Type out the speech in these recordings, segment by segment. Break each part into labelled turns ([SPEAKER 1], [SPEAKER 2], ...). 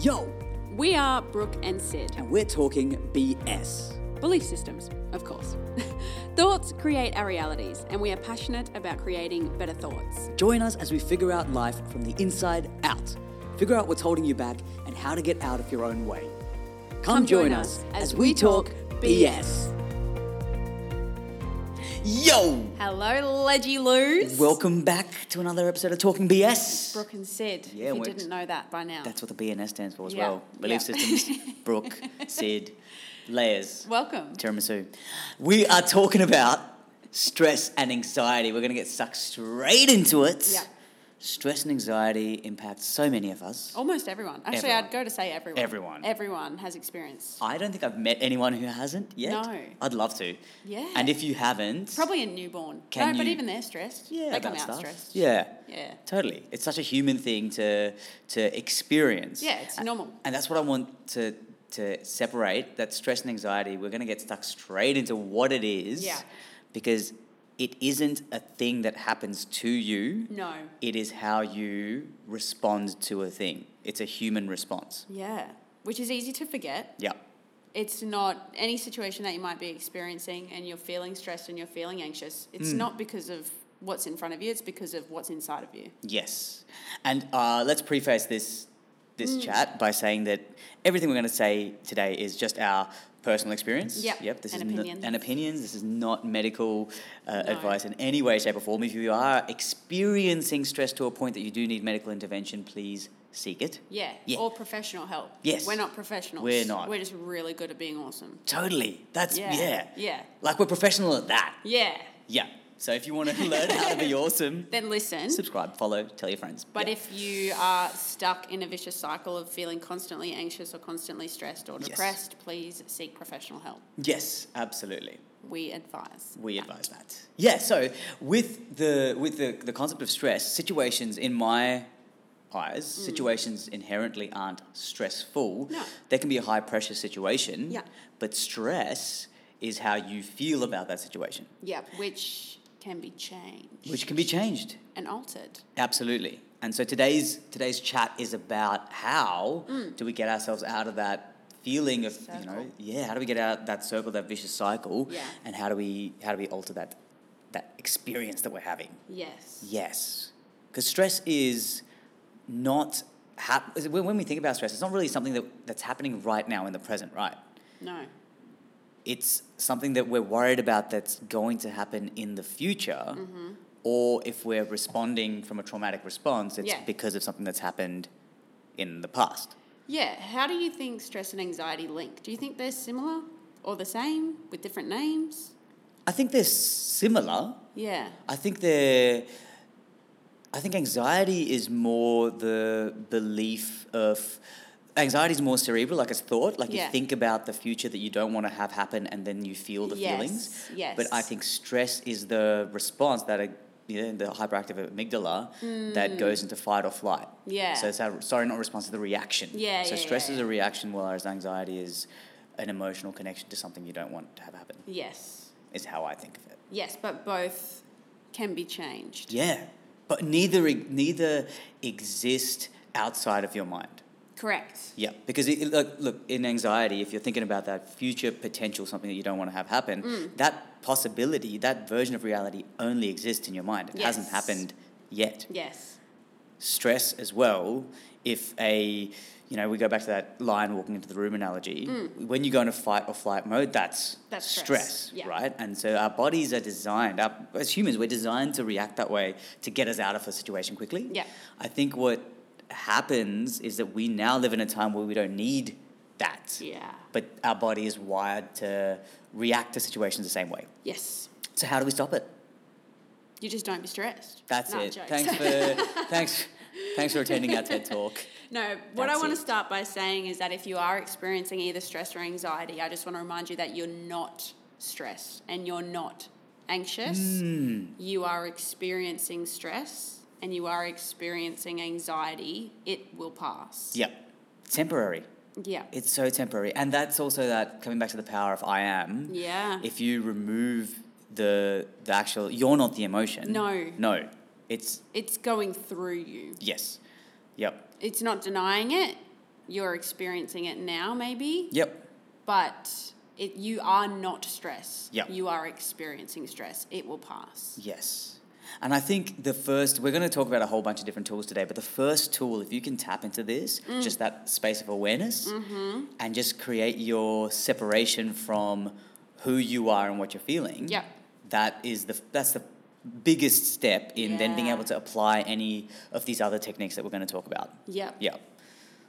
[SPEAKER 1] Yo,
[SPEAKER 2] We are Brooke and Sid.
[SPEAKER 1] and we're talking BS.
[SPEAKER 2] Belief systems, of course. thoughts create our realities, and we are passionate about creating better thoughts.
[SPEAKER 1] Join us as we figure out life from the inside out. Figure out what's holding you back and how to get out of your own way. Come, join, us as, we talk BS. Yo!
[SPEAKER 2] Hello, Leggy Loos.
[SPEAKER 1] Welcome back to another episode of Talking BS.
[SPEAKER 2] Brooke and Sid.
[SPEAKER 1] Yeah,
[SPEAKER 2] if you
[SPEAKER 1] we're-
[SPEAKER 2] didn't know that by now.
[SPEAKER 1] That's what the BNS stands for as
[SPEAKER 2] Yeah,
[SPEAKER 1] well. Belief
[SPEAKER 2] yeah.
[SPEAKER 1] systems, Brooke, Sid, layers.
[SPEAKER 2] Welcome.
[SPEAKER 1] Tiramisu. We are talking about stress and anxiety. We're going to get sucked straight into it.
[SPEAKER 2] Yeah.
[SPEAKER 1] Stress and anxiety impact so many of us.
[SPEAKER 2] Almost everyone. Actually,
[SPEAKER 1] Everyone.
[SPEAKER 2] I'd go to say everyone.
[SPEAKER 1] Everyone.
[SPEAKER 2] Everyone has experienced.
[SPEAKER 1] I don't think I've met anyone who hasn't yet.
[SPEAKER 2] No.
[SPEAKER 1] I'd love to.
[SPEAKER 2] Yeah.
[SPEAKER 1] And if you haven't,
[SPEAKER 2] Probably a newborn.
[SPEAKER 1] Can
[SPEAKER 2] no, but
[SPEAKER 1] you-
[SPEAKER 2] even they're stressed.
[SPEAKER 1] yeah,
[SPEAKER 2] they come
[SPEAKER 1] about
[SPEAKER 2] out
[SPEAKER 1] stuff.
[SPEAKER 2] stressed.
[SPEAKER 1] Yeah.
[SPEAKER 2] Yeah.
[SPEAKER 1] Totally. It's such a human thing to to experience.
[SPEAKER 2] Yeah, it's
[SPEAKER 1] A-
[SPEAKER 2] normal.
[SPEAKER 1] And that's what I want to to separate that stress and anxiety. We're going to get stuck straight into what it is.
[SPEAKER 2] Yeah.
[SPEAKER 1] Because it isn't a thing that happens to you.
[SPEAKER 2] No.
[SPEAKER 1] It is how you respond to a thing. It's a human response.
[SPEAKER 2] Yeah. Which is easy to forget.
[SPEAKER 1] Yeah.
[SPEAKER 2] it's not any situation that you might be experiencing and you're feeling stressed and you're feeling anxious
[SPEAKER 1] Mm.
[SPEAKER 2] it's not because of what's in front of you it's because of what's inside of you
[SPEAKER 1] Yes. And uh, let's preface this this
[SPEAKER 2] Mm.
[SPEAKER 1] chat by saying that everything we're going to say today is just our personal experience.
[SPEAKER 2] Yep,
[SPEAKER 1] Yep. This
[SPEAKER 2] and
[SPEAKER 1] is
[SPEAKER 2] opinions.
[SPEAKER 1] Not, and opinions. This is not medical uh,
[SPEAKER 2] No.
[SPEAKER 1] advice in any way, shape, or form. If you are experiencing stress to a point that you do need medical intervention, please seek it.
[SPEAKER 2] yeah,
[SPEAKER 1] Yeah.
[SPEAKER 2] or professional help
[SPEAKER 1] Yes.
[SPEAKER 2] we're not professionals
[SPEAKER 1] We're not.
[SPEAKER 2] we're just really good at being awesome
[SPEAKER 1] Totally. That's
[SPEAKER 2] yeah
[SPEAKER 1] yeah.
[SPEAKER 2] yeah
[SPEAKER 1] Like we're professional at that.
[SPEAKER 2] yeah
[SPEAKER 1] Yeah. So if you want to learn how to be awesome,
[SPEAKER 2] then listen
[SPEAKER 1] subscribe, follow, tell your friends.
[SPEAKER 2] but
[SPEAKER 1] Yeah.
[SPEAKER 2] if you are stuck in a vicious cycle of feeling constantly anxious or constantly stressed or
[SPEAKER 1] Yes.
[SPEAKER 2] depressed please seek professional help
[SPEAKER 1] yes, absolutely.
[SPEAKER 2] we advise
[SPEAKER 1] we
[SPEAKER 2] that.
[SPEAKER 1] advise that. Yeah, so with the with the, the concept of stress, situations in my eyes, situations inherently aren't stressful.
[SPEAKER 2] Mm. No.
[SPEAKER 1] They can be a high pressure situation.
[SPEAKER 2] Yeah.
[SPEAKER 1] But stress is how you feel about that situation,
[SPEAKER 2] yeah which can be changed
[SPEAKER 1] which can be changed.
[SPEAKER 2] and altered
[SPEAKER 1] Absolutely. And so today's today's chat is about how do we get ourselves out of that feeling of you know
[SPEAKER 2] Mm. Circle.
[SPEAKER 1] yeah how do we get out of that circle that vicious cycle
[SPEAKER 2] Yeah.
[SPEAKER 1] and how do we how do we alter that that experience that we're having
[SPEAKER 2] yes
[SPEAKER 1] Mm. yes because stress is not hap- is- when when we think about stress it's not really something that, that's happening right now in the present right
[SPEAKER 2] no
[SPEAKER 1] it's something that we're worried about that's going to happen in the future or if we're responding from a traumatic response it's
[SPEAKER 2] Yeah.
[SPEAKER 1] because of something that's happened in the past
[SPEAKER 2] Yeah, how do you think stress and anxiety link? Do you think they're similar or the same with different names?
[SPEAKER 1] i think they're similar
[SPEAKER 2] Yeah.
[SPEAKER 1] i think they're i think anxiety is more the belief of anxiety is more cerebral like it's thought like
[SPEAKER 2] Yeah.
[SPEAKER 1] you think about the future that you don't want to have happen and then you feel the
[SPEAKER 2] yes.
[SPEAKER 1] feelings
[SPEAKER 2] Yes.
[SPEAKER 1] But I think stress is the response that a, you know, the hyperactive amygdala that goes into fight or flight.
[SPEAKER 2] Mm. Yeah.
[SPEAKER 1] So it's our, sorry, not response, it's the reaction.
[SPEAKER 2] Yeah,
[SPEAKER 1] So
[SPEAKER 2] yeah,
[SPEAKER 1] stress
[SPEAKER 2] yeah,
[SPEAKER 1] is
[SPEAKER 2] yeah.
[SPEAKER 1] a reaction, whereas anxiety is an emotional connection to something you don't want to have happen.
[SPEAKER 2] Yes.
[SPEAKER 1] Is how I think of it.
[SPEAKER 2] Yes, but both can be changed.
[SPEAKER 1] Yeah. But neither e- neither exist outside of your mind.
[SPEAKER 2] Correct.
[SPEAKER 1] Yeah, because it, look, look, in anxiety, if you're thinking about that future potential, something that you don't want to have happen, that possibility, that version of reality only exists in your mind. It hasn't
[SPEAKER 2] Yes.
[SPEAKER 1] happened yet.
[SPEAKER 2] Yes.
[SPEAKER 1] Stress as well, if a, you know, we go back to that lion walking into the room analogy, when you go into fight or flight mode, that's,
[SPEAKER 2] Mm. That's stress, yeah.
[SPEAKER 1] right? And so our bodies are designed, our, as humans, we're designed to react that way to get us out of a situation quickly.
[SPEAKER 2] Yeah.
[SPEAKER 1] I think what happens is that we now live in a time where we don't need that.
[SPEAKER 2] Yeah.
[SPEAKER 1] But our body is wired to react to situations the same way.
[SPEAKER 2] Yes.
[SPEAKER 1] So how do we stop it?
[SPEAKER 2] You just don't be stressed.
[SPEAKER 1] That's
[SPEAKER 2] No,
[SPEAKER 1] it.
[SPEAKER 2] jokes.
[SPEAKER 1] Thanks for thanks thanks for attending our TED talk.
[SPEAKER 2] No, what I
[SPEAKER 1] That's
[SPEAKER 2] want
[SPEAKER 1] it.
[SPEAKER 2] to start by saying is that if you are experiencing either stress or anxiety, I just want to remind you that you're not stressed and you're not anxious.
[SPEAKER 1] Mm.
[SPEAKER 2] You are experiencing stress and you are experiencing anxiety. It will pass.
[SPEAKER 1] Yep. Temporary.
[SPEAKER 2] Yeah.
[SPEAKER 1] It's so temporary. And that's also that coming back to the power of I am.
[SPEAKER 2] Yeah.
[SPEAKER 1] If you remove the the actual you're not the emotion.
[SPEAKER 2] No.
[SPEAKER 1] No. It's
[SPEAKER 2] It's going through you.
[SPEAKER 1] yes. Yep.
[SPEAKER 2] It's not denying it. You're experiencing it now, maybe,
[SPEAKER 1] Yep.
[SPEAKER 2] but it, you are not stress.
[SPEAKER 1] Yep.
[SPEAKER 2] You are experiencing stress. It will pass.
[SPEAKER 1] Yes. And I think the first, we're going to talk about a whole bunch of different tools today, but the first tool, if you can tap into this,
[SPEAKER 2] Mm.
[SPEAKER 1] just that space of awareness,
[SPEAKER 2] Mm-hmm.
[SPEAKER 1] and just create your separation from who you are and what you're feeling.
[SPEAKER 2] Yep.
[SPEAKER 1] That is the, that's the biggest step in then being
[SPEAKER 2] Yeah.
[SPEAKER 1] able to apply any of these other techniques that we're going to talk about.
[SPEAKER 2] Yep.
[SPEAKER 1] Yeah.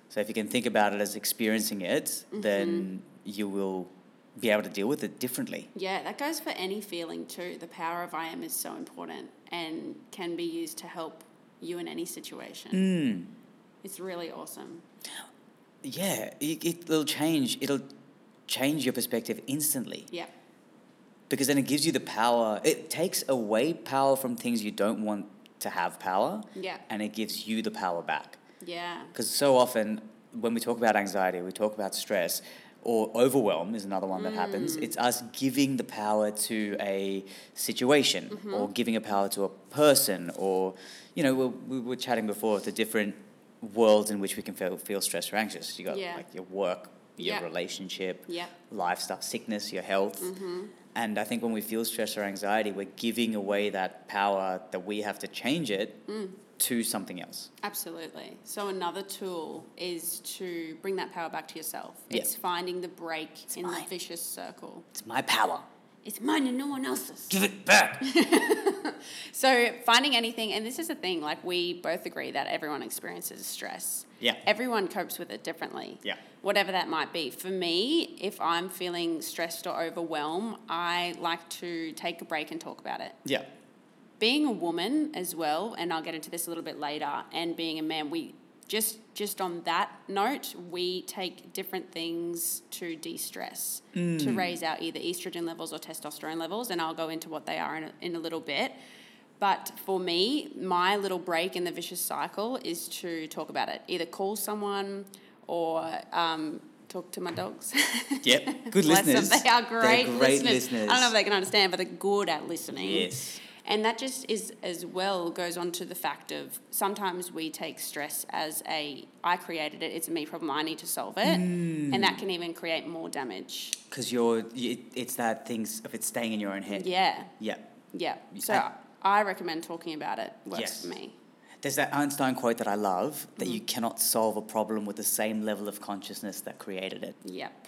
[SPEAKER 1] So if you can think about it as experiencing it, then
[SPEAKER 2] Mm-hmm.
[SPEAKER 1] you will be able to deal with it differently.
[SPEAKER 2] Yeah, that goes for any feeling too. The power of I am is so important and can be used to help you in any situation.
[SPEAKER 1] Hmm.
[SPEAKER 2] It's really awesome.
[SPEAKER 1] Yeah, it, it'll change. It'll change your perspective instantly
[SPEAKER 2] Yeah.
[SPEAKER 1] because then it gives you the power. It takes away power from things you don't want to have power.
[SPEAKER 2] Yeah.
[SPEAKER 1] And it gives you the power back.
[SPEAKER 2] Yeah.
[SPEAKER 1] Because so often when we talk about anxiety, we talk about stress or overwhelm is another one that happens.
[SPEAKER 2] Mm.
[SPEAKER 1] It's us giving the power to a situation
[SPEAKER 2] Mm-hmm.
[SPEAKER 1] or giving a power to a person or, you know, we we were chatting before the different worlds in which we can feel, feel stressed or anxious. You got
[SPEAKER 2] Yeah.
[SPEAKER 1] like your work, your
[SPEAKER 2] Yeah.
[SPEAKER 1] relationship,
[SPEAKER 2] Yeah.
[SPEAKER 1] life stuff, sickness, your health.
[SPEAKER 2] Mm-hmm.
[SPEAKER 1] And I think when we feel stress or anxiety, we're giving away that power that we have to change it
[SPEAKER 2] Mm.
[SPEAKER 1] to something else.
[SPEAKER 2] Absolutely. So another tool is to bring that power back to yourself.
[SPEAKER 1] Yeah.
[SPEAKER 2] It's finding the break in
[SPEAKER 1] mine.
[SPEAKER 2] the vicious circle.
[SPEAKER 1] It's my power.
[SPEAKER 2] It's mine and no one else's.
[SPEAKER 1] Give it back.
[SPEAKER 2] So finding anything, and this is the thing, like we both agree that everyone experiences stress.
[SPEAKER 1] Yeah.
[SPEAKER 2] Everyone copes with it differently.
[SPEAKER 1] Yeah.
[SPEAKER 2] Whatever that might be. For me, if I'm feeling stressed or overwhelmed, I like to take a break and talk about it.
[SPEAKER 1] Yeah.
[SPEAKER 2] being a woman as well and i'll get into this a little bit later and being a man we just just on that note we take different things to de-stress
[SPEAKER 1] Mm.
[SPEAKER 2] to raise our either estrogen levels or testosterone levels and i'll go into what they are in a, in a little bit but for me my little break in the vicious cycle is to talk about it either call someone or um, talk to my dogs
[SPEAKER 1] Yep. Good
[SPEAKER 2] Bless them.
[SPEAKER 1] listeners.
[SPEAKER 2] They are great,
[SPEAKER 1] They're great
[SPEAKER 2] listeners.
[SPEAKER 1] listeners.
[SPEAKER 2] I don't know if they can understand, but they're good at listening.
[SPEAKER 1] Yes.
[SPEAKER 2] And that just is as well goes on to the fact of sometimes we take stress as a I created it, it's a me problem, I need to solve it.
[SPEAKER 1] Mm.
[SPEAKER 2] And that can even create more damage.
[SPEAKER 1] Because you're, it, it's that things if it's staying in your own head.
[SPEAKER 2] Yeah.
[SPEAKER 1] Yeah.
[SPEAKER 2] Yeah. So
[SPEAKER 1] And-
[SPEAKER 2] I recommend talking about it. Works
[SPEAKER 1] Yes.
[SPEAKER 2] for me.
[SPEAKER 1] There's that Einstein quote that I love that you
[SPEAKER 2] Mm-hmm.
[SPEAKER 1] cannot solve a problem with the same level of consciousness that created it.
[SPEAKER 2] Yep.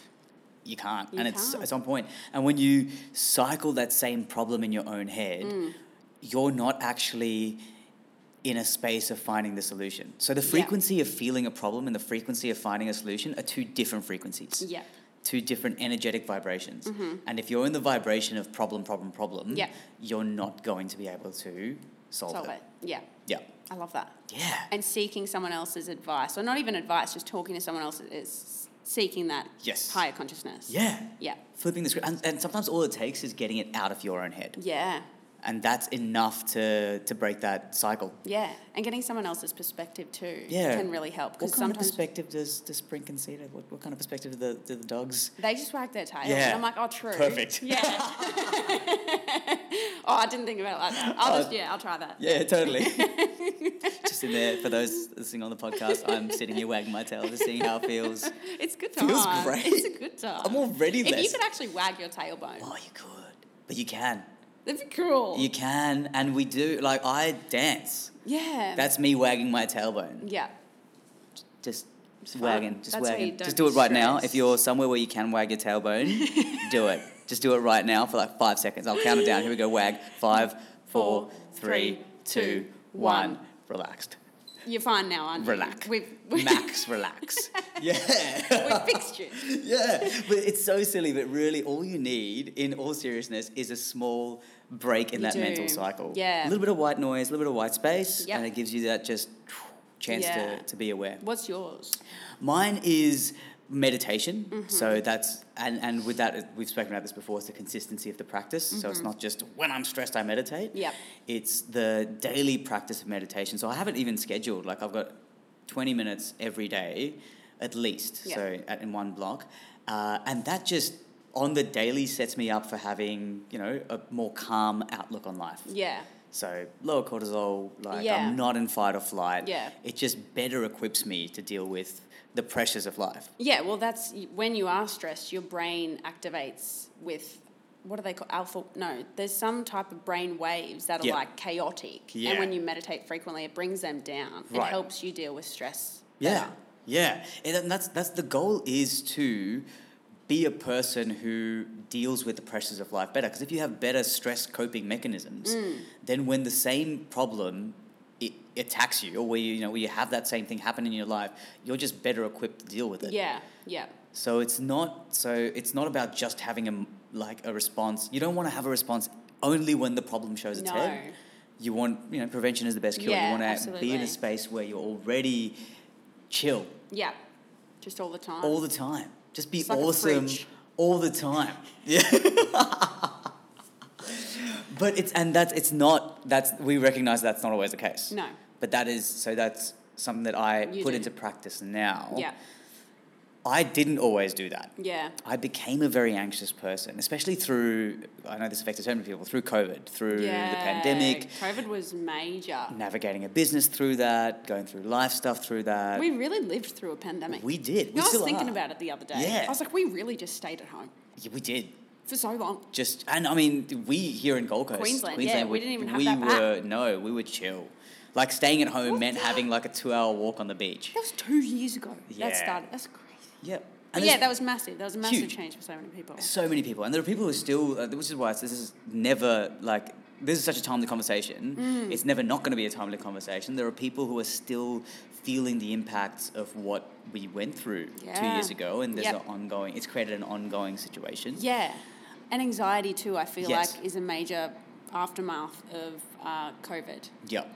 [SPEAKER 1] You can't.
[SPEAKER 2] You
[SPEAKER 1] and it's
[SPEAKER 2] can't.
[SPEAKER 1] it's on point. And when you cycle that same problem in your own head,
[SPEAKER 2] Mm.
[SPEAKER 1] you're not actually in a space of finding the solution. So the frequency of feeling a problem and the frequency of finding a solution are two different frequencies.
[SPEAKER 2] Yep.
[SPEAKER 1] two different energetic vibrations. And if you're in the vibration of problem, problem, problem,
[SPEAKER 2] Mm-hmm. Yeah.
[SPEAKER 1] you're not going to be able to solve,
[SPEAKER 2] Solve
[SPEAKER 1] it.
[SPEAKER 2] it. Yeah.
[SPEAKER 1] Yeah.
[SPEAKER 2] I love that.
[SPEAKER 1] Yeah.
[SPEAKER 2] And seeking someone else's advice, or not even advice, just talking to someone else is seeking that
[SPEAKER 1] Yes.
[SPEAKER 2] higher consciousness.
[SPEAKER 1] yeah.
[SPEAKER 2] Yeah.
[SPEAKER 1] Flipping the script. And, and sometimes all it takes is getting it out of your own head.
[SPEAKER 2] Yeah.
[SPEAKER 1] And that's enough to, to break that cycle.
[SPEAKER 2] Yeah, and getting someone else's perspective too
[SPEAKER 1] Yeah.
[SPEAKER 2] can really help
[SPEAKER 1] What
[SPEAKER 2] because
[SPEAKER 1] kind of
[SPEAKER 2] sometimes
[SPEAKER 1] perspective does, does Spring consider? What, what kind of perspective do the, do the dogs?
[SPEAKER 2] they just wag their tails.
[SPEAKER 1] Yeah.
[SPEAKER 2] And I'm like, oh, true.
[SPEAKER 1] Perfect.
[SPEAKER 2] Yeah. oh, I didn't think about it like that. I'll just, yeah, I'll try that.
[SPEAKER 1] Uh, Yeah, totally. Just in there, for those listening on the podcast, I'm sitting here wagging my tail, just seeing how it feels.
[SPEAKER 2] It's good time.
[SPEAKER 1] Feels great.
[SPEAKER 2] It's a good time.
[SPEAKER 1] I'm already
[SPEAKER 2] If you
[SPEAKER 1] less-
[SPEAKER 2] could actually wag your tailbone,
[SPEAKER 1] Oh, you could. But you can.
[SPEAKER 2] that'd be cool.
[SPEAKER 1] You can, and we do. Like I dance.
[SPEAKER 2] yeah.
[SPEAKER 1] That's me wagging my tailbone.
[SPEAKER 2] yeah.
[SPEAKER 1] Just, just
[SPEAKER 2] Fun.
[SPEAKER 1] wagging. Just
[SPEAKER 2] That's how you
[SPEAKER 1] wagging.
[SPEAKER 2] don't
[SPEAKER 1] Just do it right now.
[SPEAKER 2] stress.
[SPEAKER 1] If you're somewhere where you can wag your tailbone, do it. Just do it right now for like five seconds. I'll count it down. Here we go. Wag. Five, four, three, two, one. Relaxed.
[SPEAKER 2] You're fine now, aren't you?
[SPEAKER 1] Relax.
[SPEAKER 2] We've, we've,
[SPEAKER 1] Max, relax. Yeah.
[SPEAKER 2] we've fixed you.
[SPEAKER 1] yeah, but it's so silly. But really, all you need, in all seriousness, is a small break in
[SPEAKER 2] You
[SPEAKER 1] that
[SPEAKER 2] do.
[SPEAKER 1] mental cycle.
[SPEAKER 2] Yeah.
[SPEAKER 1] a little bit of white noise, a little bit of white space,
[SPEAKER 2] Yep.
[SPEAKER 1] and it gives you that just chance
[SPEAKER 2] Yeah.
[SPEAKER 1] to, to be aware.
[SPEAKER 2] What's yours?
[SPEAKER 1] Mine is meditation.
[SPEAKER 2] Mm-hmm.
[SPEAKER 1] So that's and and with that we've spoken about this before. It's the consistency of the practice. So
[SPEAKER 2] Mm-hmm.
[SPEAKER 1] it's not just when I'm stressed I meditate.
[SPEAKER 2] Yep.
[SPEAKER 1] It's the daily practice of meditation. So I haven't even scheduled. Like I've got twenty minutes every day, at least.
[SPEAKER 2] Yeah.
[SPEAKER 1] So at, in one block, uh, and that just on the daily sets me up for having you know a more calm outlook on life.
[SPEAKER 2] Yeah.
[SPEAKER 1] So lower cortisol, like
[SPEAKER 2] Yeah.
[SPEAKER 1] I'm not in fight or flight.
[SPEAKER 2] Yeah.
[SPEAKER 1] It just better equips me to deal with the pressures of life.
[SPEAKER 2] Yeah, well, that's when you are stressed, your brain activates with what are they called? Alpha? No, there's some type of brain waves that are
[SPEAKER 1] Yeah.
[SPEAKER 2] like chaotic.
[SPEAKER 1] Yeah.
[SPEAKER 2] And when you meditate frequently, it brings them down. It
[SPEAKER 1] Right.
[SPEAKER 2] helps you deal with stress.
[SPEAKER 1] Yeah,
[SPEAKER 2] better.
[SPEAKER 1] yeah, and then that's that's the goal is to be a person who deals with the pressures of life better. Because if you have better stress coping mechanisms,
[SPEAKER 2] Mm.
[SPEAKER 1] then when the same problem it attacks you, or where you, you know where you have that same thing happen in your life, you're just better equipped to deal with it.
[SPEAKER 2] Yeah, yeah.
[SPEAKER 1] So it's not so it's not about just having a m- like a response. You don't want to have a response only when the problem shows its
[SPEAKER 2] No.
[SPEAKER 1] head. You want you know prevention is the best cure.
[SPEAKER 2] Yeah,
[SPEAKER 1] you want to be in
[SPEAKER 2] absolutely.
[SPEAKER 1] a space where you're already chill
[SPEAKER 2] Yeah. Just all the time.
[SPEAKER 1] all the time. Just be
[SPEAKER 2] It's like a
[SPEAKER 1] awesome
[SPEAKER 2] fridge.
[SPEAKER 1] all the time. Yeah. but it's and that's it's not that's we recognize that's not always the case.
[SPEAKER 2] No.
[SPEAKER 1] But that is so that's something that I
[SPEAKER 2] You
[SPEAKER 1] put
[SPEAKER 2] do.
[SPEAKER 1] into practice now.
[SPEAKER 2] Yeah.
[SPEAKER 1] I didn't always do that.
[SPEAKER 2] Yeah.
[SPEAKER 1] I became a very anxious person, especially through, I know this affected so many people, through COVID, through
[SPEAKER 2] yeah.
[SPEAKER 1] the pandemic,
[SPEAKER 2] COVID was major.
[SPEAKER 1] navigating a business through that, going through life stuff through that.
[SPEAKER 2] We really lived through a pandemic.
[SPEAKER 1] We did. We
[SPEAKER 2] You know, I was
[SPEAKER 1] still
[SPEAKER 2] thinking
[SPEAKER 1] are.
[SPEAKER 2] about it the other day.
[SPEAKER 1] Yeah.
[SPEAKER 2] I was like, we really just stayed at home
[SPEAKER 1] Yeah, we did.
[SPEAKER 2] for so long.
[SPEAKER 1] Just, and I mean, we here in Gold Coast,
[SPEAKER 2] Queensland, yeah, we didn't even have
[SPEAKER 1] we
[SPEAKER 2] that back.
[SPEAKER 1] were, no, we were chill. Like staying at home
[SPEAKER 2] What
[SPEAKER 1] meant
[SPEAKER 2] the-
[SPEAKER 1] having like a two hour walk on the beach.
[SPEAKER 2] That was two years ago.
[SPEAKER 1] Yeah.
[SPEAKER 2] That started. That's crazy.
[SPEAKER 1] Yeah.
[SPEAKER 2] But
[SPEAKER 1] And
[SPEAKER 2] yeah,
[SPEAKER 1] there's
[SPEAKER 2] that was massive. That was a massive
[SPEAKER 1] huge.
[SPEAKER 2] change for so many people.
[SPEAKER 1] so many people, and there are people who still, uh, which is why it's, this is never like this is such a timely conversation.
[SPEAKER 2] Mm.
[SPEAKER 1] It's never not going to be a timely conversation. There are people who are still feeling the impacts of what we went through two
[SPEAKER 2] Yeah.
[SPEAKER 1] years ago, and there's
[SPEAKER 2] Yep.
[SPEAKER 1] an ongoing. It's created an ongoing situation.
[SPEAKER 2] Yeah. And anxiety, too, I feel
[SPEAKER 1] Yes.
[SPEAKER 2] like is a major aftermath of uh, COVID.
[SPEAKER 1] Yep.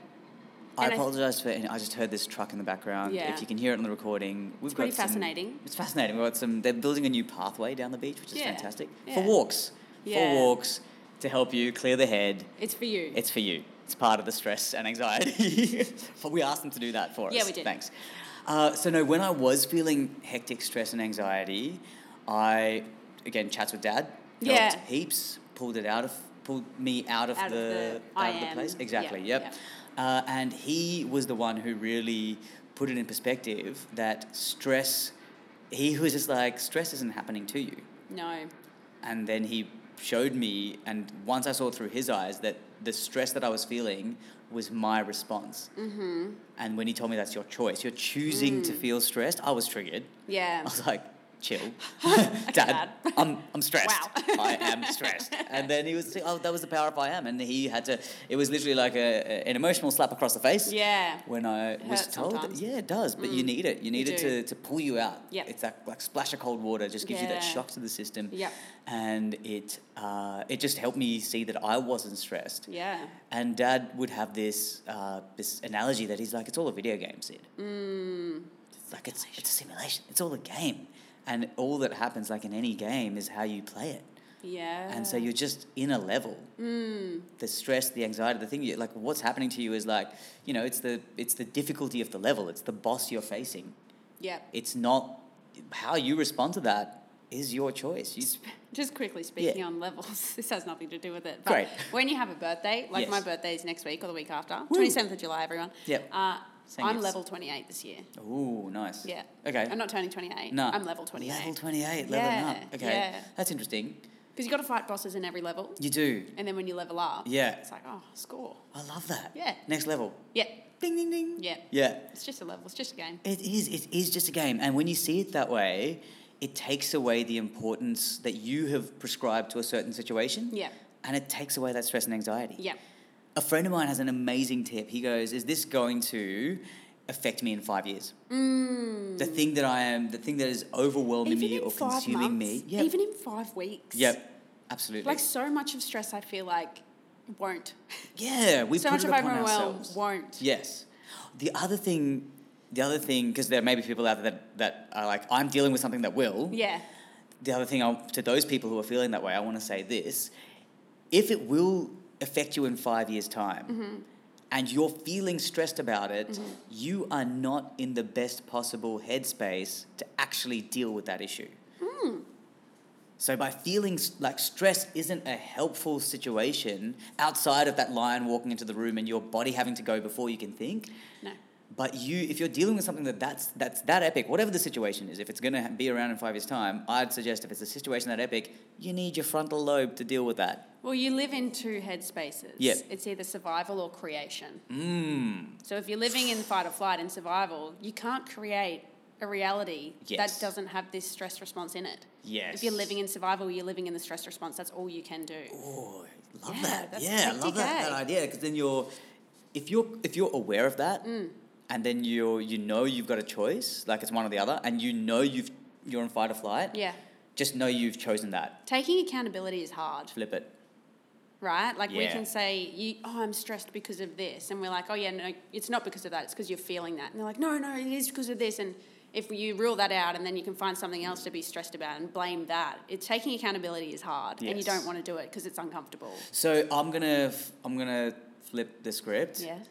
[SPEAKER 1] I
[SPEAKER 2] And I-
[SPEAKER 1] apologize for. any- I just heard this truck in the background.
[SPEAKER 2] Yeah.
[SPEAKER 1] If you can hear it on the recording, we've got
[SPEAKER 2] pretty
[SPEAKER 1] some-
[SPEAKER 2] fascinating.
[SPEAKER 1] It's fascinating. We've got some. They're building a new pathway down the beach, which is
[SPEAKER 2] Yeah.
[SPEAKER 1] fantastic
[SPEAKER 2] Yeah.
[SPEAKER 1] for walks.
[SPEAKER 2] Yeah.
[SPEAKER 1] For walks to help you clear the head.
[SPEAKER 2] It's for you.
[SPEAKER 1] It's for you. It's part of the stress and anxiety. but we asked them to do that for us.
[SPEAKER 2] Yeah, we did.
[SPEAKER 1] Thanks. Uh, so no, when I was feeling hectic stress and anxiety, I again chats with dad.
[SPEAKER 2] Yeah.
[SPEAKER 1] helped Heaps pulled it out of pulled me out of
[SPEAKER 2] Out of
[SPEAKER 1] the,
[SPEAKER 2] the
[SPEAKER 1] out
[SPEAKER 2] I
[SPEAKER 1] of the
[SPEAKER 2] am.
[SPEAKER 1] place. Exactly.
[SPEAKER 2] Yeah,
[SPEAKER 1] Yep. Uh, and he was the one who really put it in perspective that stress. He was just like stress isn't happening to you
[SPEAKER 2] no.
[SPEAKER 1] and then he showed me and once i saw through his eyes that the stress that i was feeling was my response mm-hmm. and when he told me that's your choice you're choosing
[SPEAKER 2] Mm.
[SPEAKER 1] to feel stressed i was triggered i
[SPEAKER 2] Yeah.
[SPEAKER 1] was like chill dad i'm, I'm stressed
[SPEAKER 2] Wow.
[SPEAKER 1] i am stressed and then he was oh that was the power of i am and he had to it was literally like a, a- an emotional slap across the face
[SPEAKER 2] Yeah.
[SPEAKER 1] when I was
[SPEAKER 2] hurts
[SPEAKER 1] told, that-
[SPEAKER 2] sometimes. Mm.
[SPEAKER 1] yeah, it does, but you need it. You need it to,
[SPEAKER 2] do.
[SPEAKER 1] to pull you out.
[SPEAKER 2] Yep.
[SPEAKER 1] It's that like splash of cold water just gives you that
[SPEAKER 2] Yeah.
[SPEAKER 1] shock to the system.
[SPEAKER 2] Yep.
[SPEAKER 1] And it uh, it just helped me see that I wasn't stressed.
[SPEAKER 2] Yeah.
[SPEAKER 1] And Dad would have this uh, this analogy that he's like, it's all a video game, Sid. Mm. Like it's it's a simulation. It's all a game, and all that happens like in any game is how you play it.
[SPEAKER 2] Yeah.
[SPEAKER 1] And so you're just in a level. Ah. Mm. The stress, the anxiety, the thing you like what's happening to you is like, you know, it's the it's the difficulty of the level. It's the boss you're facing.
[SPEAKER 2] Yep.
[SPEAKER 1] It's not how you respond to that is your choice. You,
[SPEAKER 2] Just quickly speaking on levels, this has nothing to do with it. But
[SPEAKER 1] Great.
[SPEAKER 2] when you have a birthday, like
[SPEAKER 1] Yes.
[SPEAKER 2] my birthday is next week or the week after,
[SPEAKER 1] Woo.
[SPEAKER 2] 27th of July, everyone.
[SPEAKER 1] Yep.
[SPEAKER 2] Uh,
[SPEAKER 1] Same
[SPEAKER 2] I'm
[SPEAKER 1] gifts.
[SPEAKER 2] level 28 this year.
[SPEAKER 1] ooh, nice.
[SPEAKER 2] Yeah.
[SPEAKER 1] Okay.
[SPEAKER 2] I'm not turning 28.
[SPEAKER 1] no.
[SPEAKER 2] I'm level 28.
[SPEAKER 1] Level 28,
[SPEAKER 2] Yeah,
[SPEAKER 1] leveling up. Okay.
[SPEAKER 2] yeah.
[SPEAKER 1] That's interesting.
[SPEAKER 2] Because you've got to fight bosses in every level.
[SPEAKER 1] You do.
[SPEAKER 2] And then when you level up,
[SPEAKER 1] Yeah.
[SPEAKER 2] it's like, oh, score.
[SPEAKER 1] I love that.
[SPEAKER 2] Yeah.
[SPEAKER 1] Next level.
[SPEAKER 2] Yeah.
[SPEAKER 1] Ding ding ding.
[SPEAKER 2] Yeah.
[SPEAKER 1] Yeah.
[SPEAKER 2] It's just a level. It's just a game.
[SPEAKER 1] It is. It is just a game, and when you see it that way, it takes away the importance that you have prescribed to a certain situation.
[SPEAKER 2] Yeah.
[SPEAKER 1] And it takes away that stress and anxiety.
[SPEAKER 2] Yeah.
[SPEAKER 1] A friend of mine has an amazing tip. He goes, "Is this going to affect me in five years? Mm. The thing that I am, the thing that is overwhelming me or consuming me. Yep.
[SPEAKER 2] Even in five weeks.
[SPEAKER 1] yep. Absolutely.
[SPEAKER 2] Like so much of stress, I feel like won't.
[SPEAKER 1] yeah. We
[SPEAKER 2] so
[SPEAKER 1] put
[SPEAKER 2] much
[SPEAKER 1] it
[SPEAKER 2] of
[SPEAKER 1] upon
[SPEAKER 2] overwhelm
[SPEAKER 1] ourselves.
[SPEAKER 2] won't.
[SPEAKER 1] Yes. The other thing, the other thing, because there may be people out there that, that are like, I'm dealing with something that will.
[SPEAKER 2] Yeah.
[SPEAKER 1] the other thing I, to those people who are feeling that way, I want to say this: if it will affect you in five years' time, and you're feeling stressed about it, you are not in the best possible headspace to actually deal with that issue. So by feeling s- like stress isn't a helpful situation outside of that lion walking into the room and your body having to go before you can think,
[SPEAKER 2] No.
[SPEAKER 1] But you, if you're dealing with something that that's, that's that epic, whatever the situation is, if it's going to be around in five years' time, I'd suggest if it's a situation that epic, you need your frontal lobe to deal with that.
[SPEAKER 2] Well, you live in two headspaces.
[SPEAKER 1] Yep.
[SPEAKER 2] It's either survival or creation.
[SPEAKER 1] Mm.
[SPEAKER 2] So if you're living in fight or flight and survival, you can't create a reality
[SPEAKER 1] Yes.
[SPEAKER 2] that doesn't have this stress response in it.
[SPEAKER 1] Yes.
[SPEAKER 2] If you're living in survival, you're living in the stress response. That's all you can do.
[SPEAKER 1] Oh, I love
[SPEAKER 2] Yeah,
[SPEAKER 1] that.
[SPEAKER 2] that's
[SPEAKER 1] Yeah, I love that, that
[SPEAKER 2] hectic, eh?
[SPEAKER 1] idea because then you're, if you're if you're aware of that,
[SPEAKER 2] Mm.
[SPEAKER 1] and then you you know you've got a choice, like it's one or the other, and you know you've you're in fight or flight.
[SPEAKER 2] Yeah.
[SPEAKER 1] Just know you've chosen that.
[SPEAKER 2] Taking accountability is hard,
[SPEAKER 1] Flip it.
[SPEAKER 2] right? Like we
[SPEAKER 1] Yeah.
[SPEAKER 2] can say, you, "Oh, I'm stressed because of this," and we're like, "Oh yeah, no, it's not because of that. It's because you're feeling that." And they're like, "No, no, it is because of this." And if you rule that out, and then you can find something else to be stressed about and blame that. It, taking accountability is hard, and you
[SPEAKER 1] Yes.
[SPEAKER 2] don't want to do it because it's uncomfortable.
[SPEAKER 1] So I'm gonna f- I'm gonna flip the script.
[SPEAKER 2] Yes.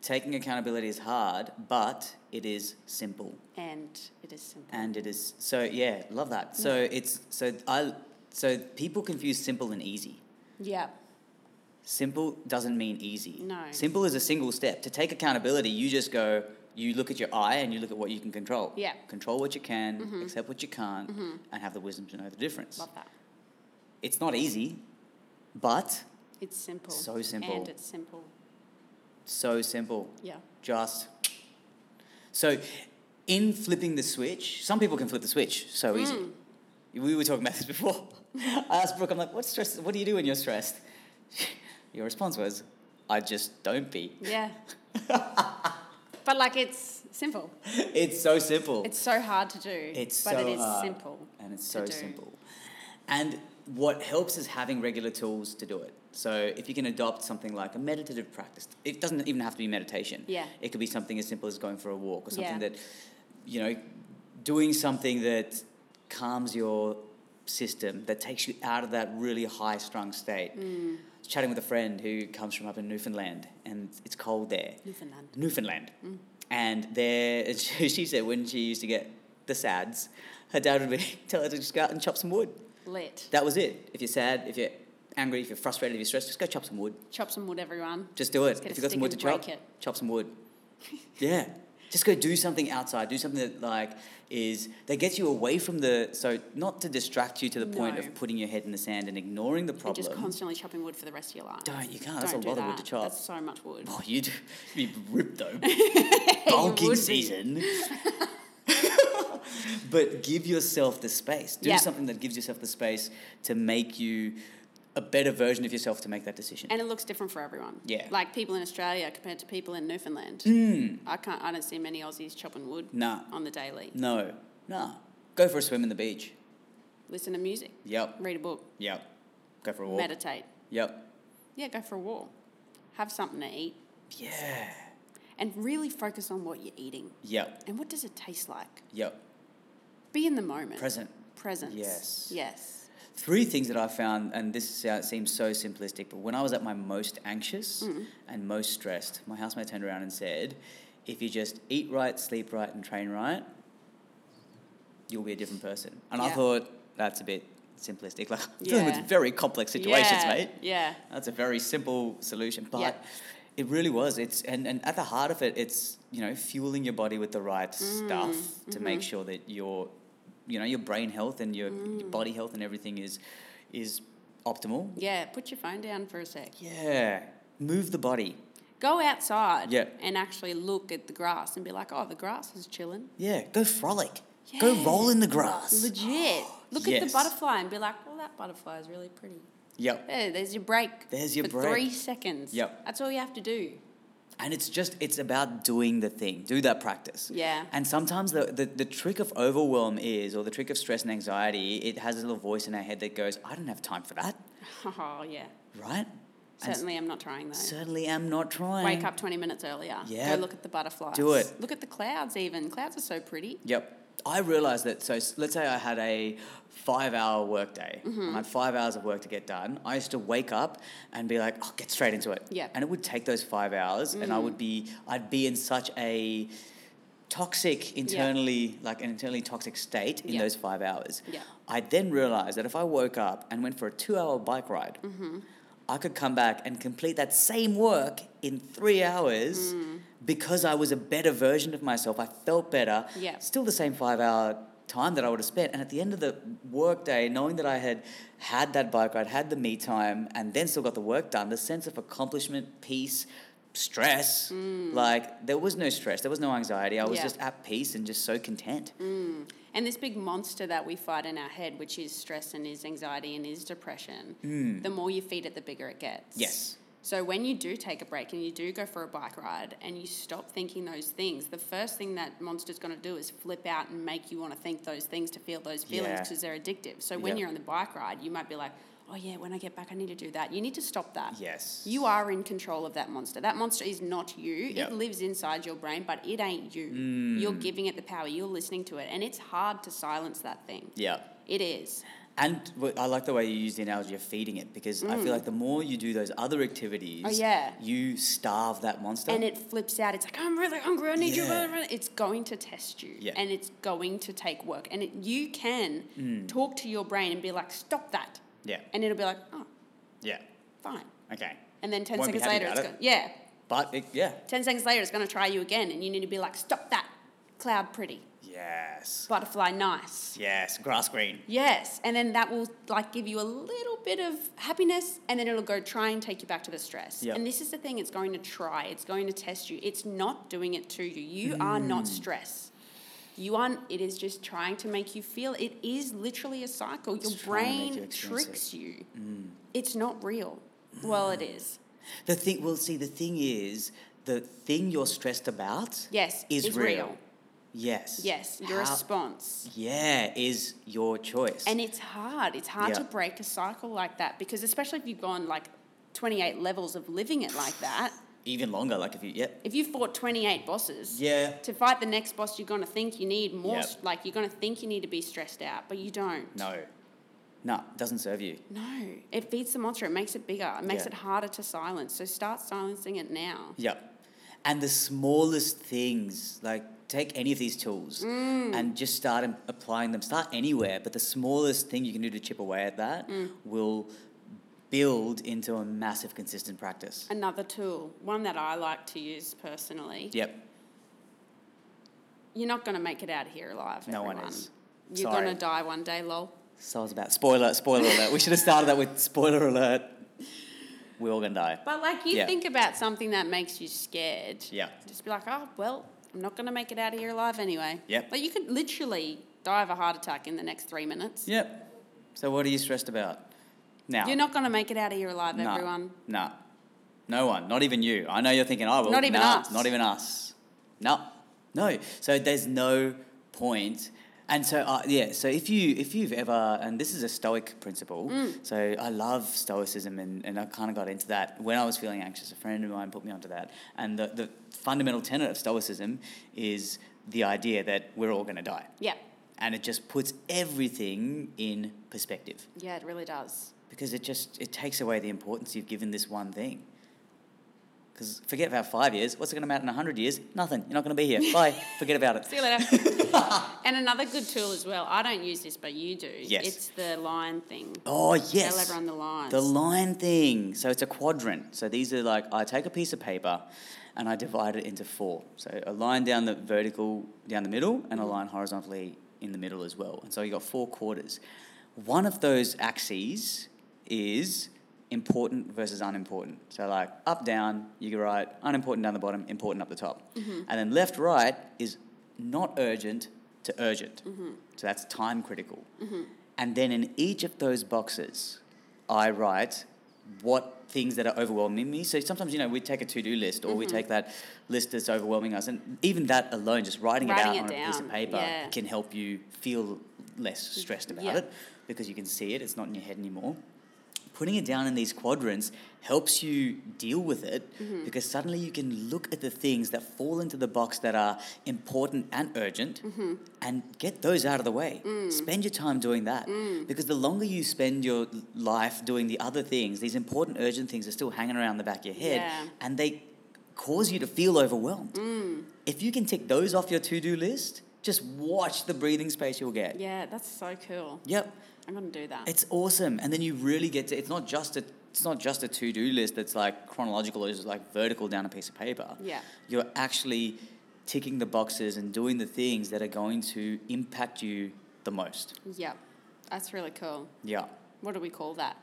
[SPEAKER 1] Taking accountability is hard, but it is simple.
[SPEAKER 2] And it is simple.
[SPEAKER 1] and it is so yeah love that so it's so i so people confuse simple and easy
[SPEAKER 2] yeah.
[SPEAKER 1] simple doesn't mean easy
[SPEAKER 2] No.
[SPEAKER 1] simple is a single step to take accountability you just go you look at your eye and you look at what you can control
[SPEAKER 2] Yeah. Mm-hmm.
[SPEAKER 1] control what you can accept what you can't and have the wisdom to know the difference
[SPEAKER 2] Love that.
[SPEAKER 1] it's not easy but
[SPEAKER 2] It's simple.
[SPEAKER 1] So simple.
[SPEAKER 2] And it's simple.
[SPEAKER 1] so simple
[SPEAKER 2] Yeah.
[SPEAKER 1] just so in flipping the switch some people can flip the switch so easy we were talking about this before i asked brooke i'm like what's stress what do you do when you're stressed your response was i just don't be
[SPEAKER 2] Yeah. but like it's simple.
[SPEAKER 1] it's so simple
[SPEAKER 2] It's so hard to do.
[SPEAKER 1] It's
[SPEAKER 2] but
[SPEAKER 1] so
[SPEAKER 2] it is
[SPEAKER 1] hard,
[SPEAKER 2] simple.
[SPEAKER 1] and it's
[SPEAKER 2] to
[SPEAKER 1] so
[SPEAKER 2] do.
[SPEAKER 1] simple and what helps is having regular tools to do it so if you can adopt something like a meditative practice it doesn't even have to be meditation
[SPEAKER 2] Yeah.
[SPEAKER 1] it could be something as simple as going for a walk or something
[SPEAKER 2] Yeah.
[SPEAKER 1] that you know doing something that calms your system that takes you out of that really high strung state
[SPEAKER 2] Mm.
[SPEAKER 1] I was chatting with a friend who comes from up in newfoundland and it's cold there
[SPEAKER 2] Newfoundland.
[SPEAKER 1] Newfoundland.
[SPEAKER 2] Mm.
[SPEAKER 1] And there, and she, she said when she used to get the sads, her dad would be, tell her to just go out and chop some wood.
[SPEAKER 2] Lit.
[SPEAKER 1] That was it. If you're sad, if you're angry, if you're frustrated, if you're stressed, just go chop some wood.
[SPEAKER 2] Chop some wood, everyone.
[SPEAKER 1] Just do it.
[SPEAKER 2] get a
[SPEAKER 1] If you've got some
[SPEAKER 2] stick
[SPEAKER 1] wood to
[SPEAKER 2] and
[SPEAKER 1] chop,
[SPEAKER 2] break it.
[SPEAKER 1] chop some wood. yeah. Just go do something outside. Do something that like is that gets you away from the so not to distract you to the point
[SPEAKER 2] No.
[SPEAKER 1] of putting your head in the sand and ignoring the
[SPEAKER 2] And
[SPEAKER 1] problem.
[SPEAKER 2] just constantly chopping wood for the rest of your life.
[SPEAKER 1] Don't you can't. That's
[SPEAKER 2] Don't
[SPEAKER 1] a
[SPEAKER 2] do
[SPEAKER 1] lot of wood to
[SPEAKER 2] that.
[SPEAKER 1] chop.
[SPEAKER 2] That's so much wood.
[SPEAKER 1] Oh, you'd be ripped though. Bulking
[SPEAKER 2] would be.
[SPEAKER 1] season. but give yourself the space. Do
[SPEAKER 2] Yeah.
[SPEAKER 1] something that gives yourself the space to make you a better version of yourself to make that decision.
[SPEAKER 2] And it looks different for everyone.
[SPEAKER 1] Yeah. Hmm.
[SPEAKER 2] Like people in Australia compared to people in Newfoundland. I can't. I don't see many Aussies chopping wood
[SPEAKER 1] nah,
[SPEAKER 2] on the daily.
[SPEAKER 1] no, nah. Go for a swim in the beach.
[SPEAKER 2] Listen to music.
[SPEAKER 1] Yep,
[SPEAKER 2] Read a book.
[SPEAKER 1] yep. Go for a walk.
[SPEAKER 2] Meditate.
[SPEAKER 1] yep.
[SPEAKER 2] Yeah, go for a walk. Have something to eat.
[SPEAKER 1] Yeah.
[SPEAKER 2] And really focus on what you're eating
[SPEAKER 1] Yep,
[SPEAKER 2] and what does it taste like.
[SPEAKER 1] yep.
[SPEAKER 2] Be in the moment.
[SPEAKER 1] Present.
[SPEAKER 2] Presence.
[SPEAKER 1] Yes.
[SPEAKER 2] Yes.
[SPEAKER 1] Three things that I found, and this uh, seems so simplistic, but when I was at my most anxious
[SPEAKER 2] Hmm.
[SPEAKER 1] and most stressed, my housemate turned around and said, If you just eat right, sleep right, and train right, you'll be a different person. And I
[SPEAKER 2] Yeah.
[SPEAKER 1] thought, that's a bit simplistic. Like, I'm dealing
[SPEAKER 2] Yeah.
[SPEAKER 1] with very complex situations,
[SPEAKER 2] yeah.
[SPEAKER 1] mate.
[SPEAKER 2] Yeah.
[SPEAKER 1] That's a very simple solution, but
[SPEAKER 2] Yeah.
[SPEAKER 1] it really was. It's and, and at the heart of it, it's you know fueling your body with the right
[SPEAKER 2] Mm,
[SPEAKER 1] stuff to
[SPEAKER 2] mm-hmm.
[SPEAKER 1] make sure that your you know your brain health and your,
[SPEAKER 2] Mm.
[SPEAKER 1] your body health and everything is is optimal.
[SPEAKER 2] Yeah. Put your phone down for a sec.
[SPEAKER 1] Yeah, move the body.
[SPEAKER 2] Go outside
[SPEAKER 1] Yeah.
[SPEAKER 2] and actually look at the grass and be like, oh, the grass is chilling.
[SPEAKER 1] Yeah, go frolic. Go roll in the grass.
[SPEAKER 2] Legit. Look at
[SPEAKER 1] Oh, Yes.
[SPEAKER 2] the butterfly and be like, well, that butterfly is really pretty.
[SPEAKER 1] Yep.
[SPEAKER 2] Hey, there's your break.
[SPEAKER 1] There's your
[SPEAKER 2] for
[SPEAKER 1] break.
[SPEAKER 2] three seconds.
[SPEAKER 1] Yep.
[SPEAKER 2] That's all you have to do.
[SPEAKER 1] And it's just, it's about doing the thing, do that practice.
[SPEAKER 2] Yeah.
[SPEAKER 1] And sometimes the, the, the trick of overwhelm is, or the trick of stress and anxiety, it has a little voice in our head that goes, I don't have time for that,
[SPEAKER 2] Oh, yeah.
[SPEAKER 1] right? And
[SPEAKER 2] Certainly, I'm not trying though.
[SPEAKER 1] certainly am not trying.
[SPEAKER 2] Wake up 20 minutes earlier.
[SPEAKER 1] Yeah.
[SPEAKER 2] Go look at the butterflies.
[SPEAKER 1] Do it.
[SPEAKER 2] Look at the clouds, even. Clouds are so pretty.
[SPEAKER 1] Yep. I realized that. So s- let's say I had a five hour workday. I had five hours of work to get done. I used to wake up and be like, oh, get straight into it.
[SPEAKER 2] Yeah.
[SPEAKER 1] And it would take those five hours, and I would be, I'd be in such a toxic internally, like an internally toxic state in
[SPEAKER 2] Yeah.
[SPEAKER 1] those five hours.
[SPEAKER 2] Yeah.
[SPEAKER 1] I then realized that if I woke up and went for a two hour bike ride, I could come back and complete that same work in three hours because I was a better version of myself, I felt better.
[SPEAKER 2] Yeah.
[SPEAKER 1] Still the same five hour time that I would have spent. And at the end of the workday, knowing that I had had that bike ride, had the me time, and then still got the work done, the sense of accomplishment, peace, stress like there was no stress, there was no anxiety. I was
[SPEAKER 2] Mm. Yeah. Mm.
[SPEAKER 1] just at peace and just so content.
[SPEAKER 2] And this big monster that we fight in our head, which is stress and is anxiety and is depression, the more you feed it, the bigger it gets.
[SPEAKER 1] Hmm. Yes.
[SPEAKER 2] So when you do take a break and you do go for a bike ride and you stop thinking those things, the first thing that monster's going to do is flip out and make you want to think those things to feel those feelings
[SPEAKER 1] Yeah.
[SPEAKER 2] because they're addictive. So when
[SPEAKER 1] Yep.
[SPEAKER 2] you're on the bike ride, you might be like, oh yeah, when I get back, I need to do that. You need to stop that.
[SPEAKER 1] Yes.
[SPEAKER 2] You are in control of that monster. That monster is not you.
[SPEAKER 1] Yep. Mm.
[SPEAKER 2] It lives inside your brain, but it ain't you. You're giving it the power. You're listening to it, and it's hard to silence that thing.
[SPEAKER 1] Yeah.
[SPEAKER 2] It is.
[SPEAKER 1] And w- I like the way you use the analogy of feeding it because I feel like the more you do those other activities,
[SPEAKER 2] Mm. Oh, yeah.
[SPEAKER 1] you starve that monster.
[SPEAKER 2] And it flips out. It's like, I'm really hungry. I need
[SPEAKER 1] Yeah.
[SPEAKER 2] you. It's going to test you.
[SPEAKER 1] Yeah.
[SPEAKER 2] And it's going to take work. And it, you can
[SPEAKER 1] Mm.
[SPEAKER 2] talk to your brain and be like, stop that.
[SPEAKER 1] yeah.
[SPEAKER 2] And it'll be like, oh,
[SPEAKER 1] Yeah.
[SPEAKER 2] fine.
[SPEAKER 1] Okay.
[SPEAKER 2] And then 10
[SPEAKER 1] Won't be
[SPEAKER 2] seconds
[SPEAKER 1] happy
[SPEAKER 2] later,
[SPEAKER 1] about
[SPEAKER 2] it's
[SPEAKER 1] it.
[SPEAKER 2] going, yeah.
[SPEAKER 1] But it, yeah.
[SPEAKER 2] 10 seconds later, it's going to try you again. And you need to be like, stop that. Cloud pretty.
[SPEAKER 1] Yes.
[SPEAKER 2] Butterfly nice.
[SPEAKER 1] Yes. Grass green.
[SPEAKER 2] Yes, and then that will like give you a little bit of happiness, and then it'll go try and take you back to the stress.
[SPEAKER 1] Yep.
[SPEAKER 2] And this is the thing: it's going to try, it's going to test you. It's not doing it to you. You are not
[SPEAKER 1] Hmm.
[SPEAKER 2] stress. You are. It is just trying to make you feel. It is literally a cycle. Your
[SPEAKER 1] It's trying to make
[SPEAKER 2] brain
[SPEAKER 1] you experience it. Hmm.
[SPEAKER 2] tricks you. It's not real. Well, it is.
[SPEAKER 1] The thing. Well, see, the thing is, the thing you're stressed about.
[SPEAKER 2] Yes,
[SPEAKER 1] Is
[SPEAKER 2] it's
[SPEAKER 1] real.
[SPEAKER 2] real.
[SPEAKER 1] Yes.
[SPEAKER 2] Yes, your
[SPEAKER 1] How-
[SPEAKER 2] response.
[SPEAKER 1] Yeah, is your choice.
[SPEAKER 2] And it's hard. It's hard to
[SPEAKER 1] Yeah.
[SPEAKER 2] break a cycle like that because, especially if you've gone like 28 levels of living it like that,
[SPEAKER 1] even longer, like if you. Yep.
[SPEAKER 2] if you fought 28 bosses,
[SPEAKER 1] Yeah.
[SPEAKER 2] to fight the next boss, you're going to think you need more,
[SPEAKER 1] Yep.
[SPEAKER 2] s like, you're going to think you need to be stressed out, but you don't.
[SPEAKER 1] No. No, doesn't serve you.
[SPEAKER 2] No. It feeds the monster, it makes it bigger, it makes
[SPEAKER 1] Yeah.
[SPEAKER 2] it harder to silence. So start silencing it now.
[SPEAKER 1] Yeah. And the smallest things, like take any of these tools
[SPEAKER 2] Mm.
[SPEAKER 1] and just start im- applying them. Start anywhere, but the smallest thing you can do to chip away at that
[SPEAKER 2] Mm.
[SPEAKER 1] will build into a massive, consistent practice.
[SPEAKER 2] Another tool, one that I like to use personally.
[SPEAKER 1] Yep.
[SPEAKER 2] You're not going to make it out of here alive.
[SPEAKER 1] No one
[SPEAKER 2] everyone.
[SPEAKER 1] is.
[SPEAKER 2] You're
[SPEAKER 1] Sorry.
[SPEAKER 2] going to die one day, lol.
[SPEAKER 1] So I was about spoiler, spoiler alert. We should have started that with spoiler alert. We're all gonna die.
[SPEAKER 2] But like you
[SPEAKER 1] Yeah.
[SPEAKER 2] think about something that makes you scared.
[SPEAKER 1] Yeah.
[SPEAKER 2] Just be like, oh well, I'm not gonna make it out of here alive anyway.
[SPEAKER 1] Yep.
[SPEAKER 2] Like you could literally die of a heart attack in the next three minutes.
[SPEAKER 1] Yep. So what are you stressed about now?
[SPEAKER 2] You're not gonna make it out of here alive,
[SPEAKER 1] Nah.
[SPEAKER 2] everyone.
[SPEAKER 1] Nah. No one. Not even you. I know you're thinking I will.
[SPEAKER 2] Not even
[SPEAKER 1] Nah,
[SPEAKER 2] us.
[SPEAKER 1] Not even us. No. No. So there's no point. And so uh, yeah. So if you if you've ever and this is a Stoic principle.
[SPEAKER 2] Mm.
[SPEAKER 1] So I love Stoicism and, and I kind of got into that when I was feeling anxious. A friend of mine put me onto that. And the, the fundamental tenet of Stoicism is the idea that we're all going to die.
[SPEAKER 2] Yeah.
[SPEAKER 1] And it just puts everything in perspective
[SPEAKER 2] Yeah, it really does.
[SPEAKER 1] because it just it takes away the importance you've given this one thing. Because forget about five years. What's it going to matter in hundred years? Nothing. You're not going to be here. Bye. Forget about it.
[SPEAKER 2] See you later. and another good tool as well. I don't use this, but you do.
[SPEAKER 1] Yes.
[SPEAKER 2] It's the line thing.
[SPEAKER 1] Oh
[SPEAKER 2] Tell
[SPEAKER 1] yes.
[SPEAKER 2] everyone the lines.
[SPEAKER 1] The line thing. So it's a quadrant. So these are like I take a piece of paper and I divide it into four. So a line down the vertical down the middle and a
[SPEAKER 2] Mm-hmm.
[SPEAKER 1] line horizontally in the middle as well. And so you got four quarters. One of those axes is important versus unimportant. So like up down, you go right, unimportant down the bottom, important up the top.
[SPEAKER 2] Mm-hmm.
[SPEAKER 1] And then left right is not urgent to urgent.
[SPEAKER 2] Mm-hmm.
[SPEAKER 1] So that's time critical. And then in each of those boxes, I write what things that are overwhelming me. So sometimes, you know, we take a to do list or we
[SPEAKER 2] Mm-hmm.
[SPEAKER 1] take that list that's overwhelming us. And even that alone, just writing,
[SPEAKER 2] Writing
[SPEAKER 1] it out
[SPEAKER 2] it
[SPEAKER 1] on a piece of
[SPEAKER 2] down,
[SPEAKER 1] paper
[SPEAKER 2] yeah.
[SPEAKER 1] can help you feel less stressed about
[SPEAKER 2] Yeah.
[SPEAKER 1] it because you can see it, it's not in your head anymore. Putting it down in these quadrants helps you deal with it
[SPEAKER 2] Mm-hmm.
[SPEAKER 1] because suddenly you can look at the things that fall into the box that are important and urgent
[SPEAKER 2] Mm-hmm.
[SPEAKER 1] and get those out of the way.
[SPEAKER 2] Mm.
[SPEAKER 1] Spend your time doing that because the longer you spend your life doing the other things, these important, urgent things are still hanging around the back of your head
[SPEAKER 2] Yeah. Mm.
[SPEAKER 1] and they cause you to feel overwhelmed. If you can tick those off your to do list, just watch the breathing space you'll get.
[SPEAKER 2] Yeah, that's so cool.
[SPEAKER 1] Yep.
[SPEAKER 2] I'm gonna do that.
[SPEAKER 1] It's awesome. And then you really get to, it's not just a it's not just a to do list that's like chronological or is like vertical down a piece of paper.
[SPEAKER 2] Yeah.
[SPEAKER 1] You're actually ticking the boxes and doing the things that are going to impact you the most.
[SPEAKER 2] Yep. That's really cool.
[SPEAKER 1] Yeah.
[SPEAKER 2] What do we call that?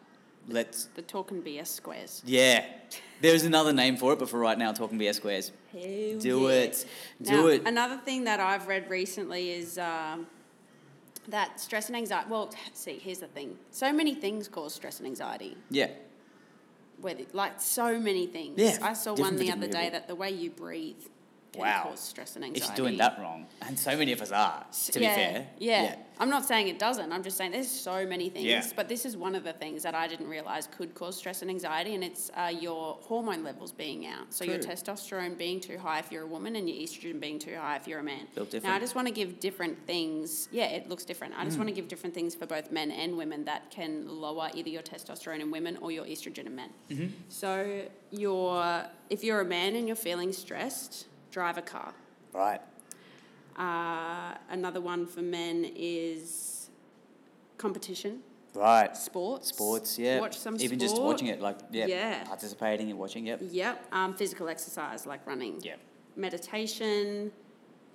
[SPEAKER 1] Let's
[SPEAKER 2] The talk and BS squares.
[SPEAKER 1] Yeah. There's another name for it, but for right now, talking BS squares. Do it. Do
[SPEAKER 2] Now,
[SPEAKER 1] it.
[SPEAKER 2] Another thing that I've read recently is um, that stress and anxiety. Well, see, here's the thing. So many things cause stress and anxiety.
[SPEAKER 1] yeah.
[SPEAKER 2] Whether, like so many things.
[SPEAKER 1] Yeah,
[SPEAKER 2] I saw
[SPEAKER 1] different
[SPEAKER 2] one
[SPEAKER 1] for
[SPEAKER 2] the
[SPEAKER 1] different
[SPEAKER 2] other day
[SPEAKER 1] people.
[SPEAKER 2] that the way you breathe can
[SPEAKER 1] Wow.
[SPEAKER 2] cause stress and anxiety.
[SPEAKER 1] It's doing that wrong. And so many of us are, to
[SPEAKER 2] yeah,
[SPEAKER 1] be fair.
[SPEAKER 2] Yeah. I'm not saying it doesn't. I'm just saying there's so many things.
[SPEAKER 1] Yeah.
[SPEAKER 2] But this is one of the things that I didn't realize could cause stress and anxiety, and it's uh, your hormone levels being out. So your
[SPEAKER 1] True.
[SPEAKER 2] testosterone being too high if you're a woman, and your estrogen being too high if you're a man.
[SPEAKER 1] Built
[SPEAKER 2] Now, I
[SPEAKER 1] different. Hmm.
[SPEAKER 2] just want to give different things. Yeah, it looks different. I just want to give different things for both men and women that can lower either your testosterone in women or your estrogen in men.
[SPEAKER 1] Mm-hmm.
[SPEAKER 2] So your if you're a man and you're feeling stressed, drive a car.
[SPEAKER 1] Right.
[SPEAKER 2] Uh, another one for men is competition,
[SPEAKER 1] Right.
[SPEAKER 2] sports.
[SPEAKER 1] Sports, yeah.
[SPEAKER 2] Watch some
[SPEAKER 1] Even just
[SPEAKER 2] sport.
[SPEAKER 1] watching it, like, yeah.
[SPEAKER 2] Yeah.
[SPEAKER 1] Participating and watching, yep.
[SPEAKER 2] Yep. Um, physical exercise like running.
[SPEAKER 1] Yep.
[SPEAKER 2] Meditation,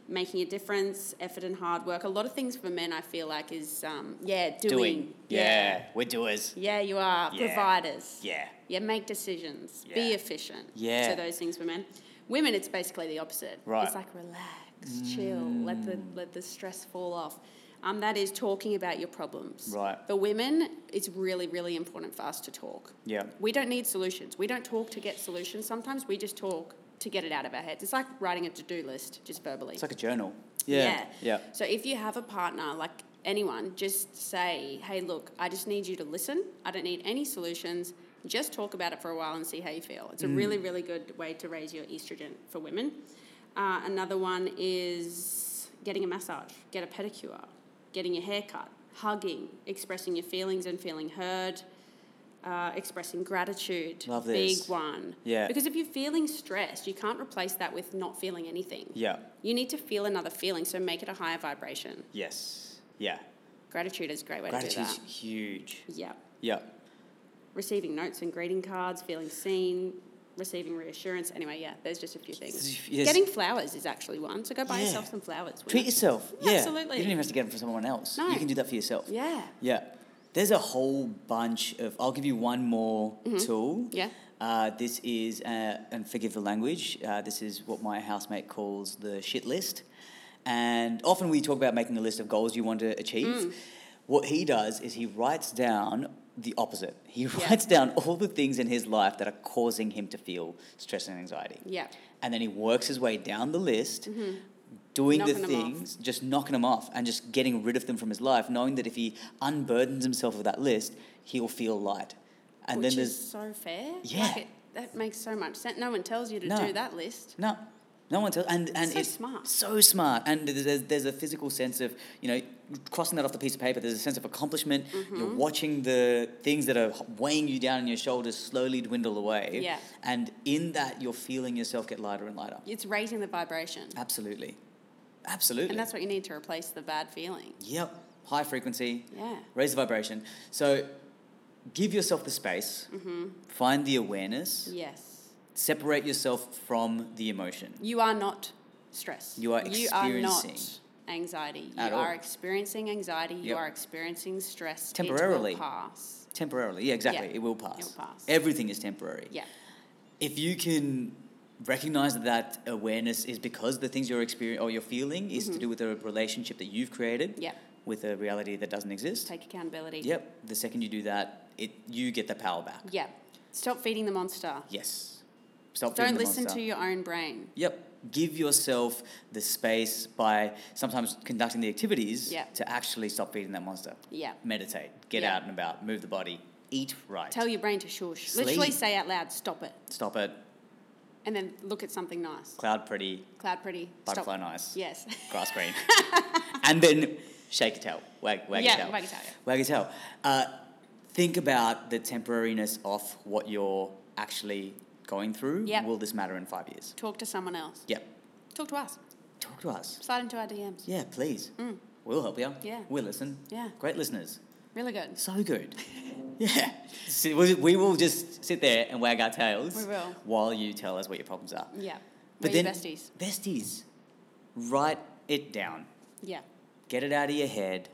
[SPEAKER 2] making a difference, effort and hard work. A lot of things for men, I feel like, is um, yeah, doing.
[SPEAKER 1] Yeah. We're doers.
[SPEAKER 2] Yeah, you are
[SPEAKER 1] Yeah.
[SPEAKER 2] providers.
[SPEAKER 1] Yeah.
[SPEAKER 2] Yeah, make decisions. Be
[SPEAKER 1] Yeah.
[SPEAKER 2] efficient.
[SPEAKER 1] Yeah.
[SPEAKER 2] So those things for men. Women, it's basically the opposite.
[SPEAKER 1] Right. Mm.
[SPEAKER 2] It's like relax, chill, let the let the stress fall off. Um, that is talking about your problems.
[SPEAKER 1] Right.
[SPEAKER 2] For women, it's really, really important for us to talk.
[SPEAKER 1] Yeah.
[SPEAKER 2] We don't need solutions. We don't talk to get solutions. Sometimes we just talk to get it out of our heads. It's like writing a to-do list, just verbally.
[SPEAKER 1] It's like a journal. Yeah. Yeah.
[SPEAKER 2] So if you have a partner, like anyone, just say, hey, look, I just need you to listen. I don't need any solutions. Just talk about it for a while and see how you feel. It's a
[SPEAKER 1] Mm.
[SPEAKER 2] really, really good way to raise your estrogen for women. Uh, another one is getting a massage, get a pedicure, getting your hair cut, hugging, expressing your feelings and feeling heard. Uh, expressing gratitude,
[SPEAKER 1] Love
[SPEAKER 2] big
[SPEAKER 1] this.
[SPEAKER 2] one.
[SPEAKER 1] Yeah.
[SPEAKER 2] Because if you're feeling stressed, you can't replace that with not feeling anything.
[SPEAKER 1] Yeah.
[SPEAKER 2] You need to feel another feeling, so make it a higher vibration.
[SPEAKER 1] Yes. Yeah.
[SPEAKER 2] Gratitude is a great way
[SPEAKER 1] Gratitude's
[SPEAKER 2] to do
[SPEAKER 1] huge.
[SPEAKER 2] that. Yeah.
[SPEAKER 1] Yeah.
[SPEAKER 2] Receiving notes and greeting cards, feeling seen, receiving reassurance. Anyway, yeah, there's just a few things.
[SPEAKER 1] Yes.
[SPEAKER 2] Getting flowers is actually one, so go buy
[SPEAKER 1] Yeah.
[SPEAKER 2] yourself some flowers. women.
[SPEAKER 1] Treat yourself.
[SPEAKER 2] Yeah,
[SPEAKER 1] Yeah.
[SPEAKER 2] absolutely.
[SPEAKER 1] You don't even have to get them from someone else.
[SPEAKER 2] No.
[SPEAKER 1] You can do that for yourself.
[SPEAKER 2] Yeah.
[SPEAKER 1] Yeah. There's a whole bunch of. I'll give you one more
[SPEAKER 2] Mm-hmm.
[SPEAKER 1] tool.
[SPEAKER 2] Yeah.
[SPEAKER 1] Uh, this is, uh, and forgive the language, uh, this is what my housemate calls the shit list. And often we talk about making a list of goals you want to achieve.
[SPEAKER 2] Mm.
[SPEAKER 1] What he does is he writes down the opposite. He writes down all the things in his life that are causing him to feel stress and anxiety
[SPEAKER 2] Yeah. Mm-hmm.
[SPEAKER 1] and then he works his way down the list doing
[SPEAKER 2] Knocking
[SPEAKER 1] the
[SPEAKER 2] them off.
[SPEAKER 1] things just knocking them off and just getting rid of them from his life knowing that if he unburdens himself of that list he'll feel light and
[SPEAKER 2] Which
[SPEAKER 1] then there's
[SPEAKER 2] is so fair.
[SPEAKER 1] Yeah.
[SPEAKER 2] Like it, that makes so much sense. No one tells you to
[SPEAKER 1] No.
[SPEAKER 2] do that list.
[SPEAKER 1] no no one tells and and
[SPEAKER 2] So
[SPEAKER 1] it's
[SPEAKER 2] smart.
[SPEAKER 1] so smart and there's, there's, there's a physical sense of you know crossing that off the piece of paper there's a sense of accomplishment
[SPEAKER 2] Mm-hmm.
[SPEAKER 1] you're watching the things that are weighing you down on your shoulders slowly dwindle away
[SPEAKER 2] Yeah.
[SPEAKER 1] and in that you're feeling yourself get lighter and lighter
[SPEAKER 2] It's raising the vibration.
[SPEAKER 1] absolutely absolutely
[SPEAKER 2] And that's what you need to replace the bad feeling.
[SPEAKER 1] Yep. High frequency.
[SPEAKER 2] Yeah.
[SPEAKER 1] Raise the vibration. So give yourself the space.
[SPEAKER 2] Mm-hmm.
[SPEAKER 1] Find the awareness.
[SPEAKER 2] Yes.
[SPEAKER 1] Separate yourself from the emotion.
[SPEAKER 2] You are not stress.
[SPEAKER 1] You are
[SPEAKER 2] You are
[SPEAKER 1] experiencing-
[SPEAKER 2] not anxiety. You
[SPEAKER 1] At all.
[SPEAKER 2] are experiencing anxiety. You
[SPEAKER 1] Yep.
[SPEAKER 2] are experiencing stress.
[SPEAKER 1] Temporarily.
[SPEAKER 2] It will pass.
[SPEAKER 1] Temporarily. Yeah, exactly.
[SPEAKER 2] Yeah.
[SPEAKER 1] It will pass.
[SPEAKER 2] It'll pass.
[SPEAKER 1] Everything is temporary.
[SPEAKER 2] Yeah.
[SPEAKER 1] If you can recognize that that awareness is because the things you're experiencing or you're feeling is to do with a relationship that you've created
[SPEAKER 2] Mm-hmm. Yeah.
[SPEAKER 1] with a reality that doesn't exist.
[SPEAKER 2] Take accountability.
[SPEAKER 1] Yep. The second you do that, it you get the power back.
[SPEAKER 2] Yeah. Stop feeding the monster.
[SPEAKER 1] Yes. Stop feeding
[SPEAKER 2] Don't
[SPEAKER 1] the
[SPEAKER 2] listen
[SPEAKER 1] monster.
[SPEAKER 2] to your own brain.
[SPEAKER 1] Yep. Give yourself the space by sometimes conducting the activities
[SPEAKER 2] Yeah.
[SPEAKER 1] to actually stop feeding that monster.
[SPEAKER 2] Yeah.
[SPEAKER 1] Meditate, get
[SPEAKER 2] Yeah.
[SPEAKER 1] out and about, move the body, eat right.
[SPEAKER 2] Tell your brain to shush.
[SPEAKER 1] Sleep.
[SPEAKER 2] Literally say out loud, stop it.
[SPEAKER 1] stop it.
[SPEAKER 2] And then look at something nice.
[SPEAKER 1] Cloud pretty,
[SPEAKER 2] Cloud pretty. Stop.
[SPEAKER 1] butterfly nice,
[SPEAKER 2] Yes.
[SPEAKER 1] grass green. and then shake your tail, wag, wag
[SPEAKER 2] Yeah,
[SPEAKER 1] your tail.
[SPEAKER 2] wag your tail, yeah.
[SPEAKER 1] Wag your tail. Uh, think about the temporariness of what you're actually going through.
[SPEAKER 2] Yep.
[SPEAKER 1] Will this matter in five years?
[SPEAKER 2] Talk to someone else.
[SPEAKER 1] Yep.
[SPEAKER 2] Talk to us.
[SPEAKER 1] Talk to us.
[SPEAKER 2] Slide into our DMs.
[SPEAKER 1] Yeah, please. We'll help you.
[SPEAKER 2] Mm. Yeah.
[SPEAKER 1] We'll listen.
[SPEAKER 2] Yeah.
[SPEAKER 1] Great listeners.
[SPEAKER 2] Really good.
[SPEAKER 1] So good. Yeah. So we, we will just sit there and wag our tails
[SPEAKER 2] We will.
[SPEAKER 1] while you tell us what your problems are.
[SPEAKER 2] Yeah.
[SPEAKER 1] But
[SPEAKER 2] We're your
[SPEAKER 1] then,
[SPEAKER 2] besties.
[SPEAKER 1] besties, write it down.
[SPEAKER 2] Yeah.
[SPEAKER 1] Get it out of your head.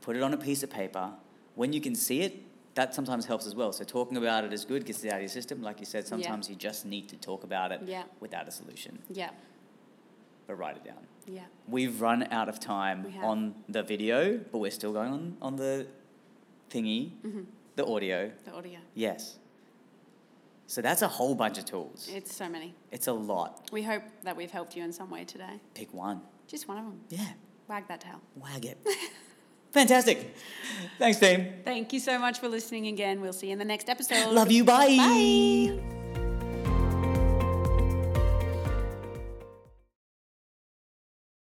[SPEAKER 1] Put it on a piece of paper. When you can see it, that sometimes helps as well. So talking about it is good, gets it out of your system. Like you said, sometimes you just need to talk about it
[SPEAKER 2] Yeah.
[SPEAKER 1] without a solution,
[SPEAKER 2] Yeah.
[SPEAKER 1] but write it down.
[SPEAKER 2] Yeah.
[SPEAKER 1] We've run out of
[SPEAKER 2] We
[SPEAKER 1] time
[SPEAKER 2] have.
[SPEAKER 1] on the video, but we're still going on, on the thingy,
[SPEAKER 2] Mm-hmm.
[SPEAKER 1] the audio.
[SPEAKER 2] The audio.
[SPEAKER 1] Yes. So that's a whole bunch of tools.
[SPEAKER 2] It's so many.
[SPEAKER 1] It's a lot.
[SPEAKER 2] We hope that we've helped you in some way today.
[SPEAKER 1] Pick one.
[SPEAKER 2] Just one of them.
[SPEAKER 1] Yeah,
[SPEAKER 2] Wag that tail.
[SPEAKER 1] wag it. Fantastic. Thanks, team.
[SPEAKER 2] Thank you so much for listening again. We'll see you in the next episode.
[SPEAKER 1] Love you. Bye.
[SPEAKER 2] Bye.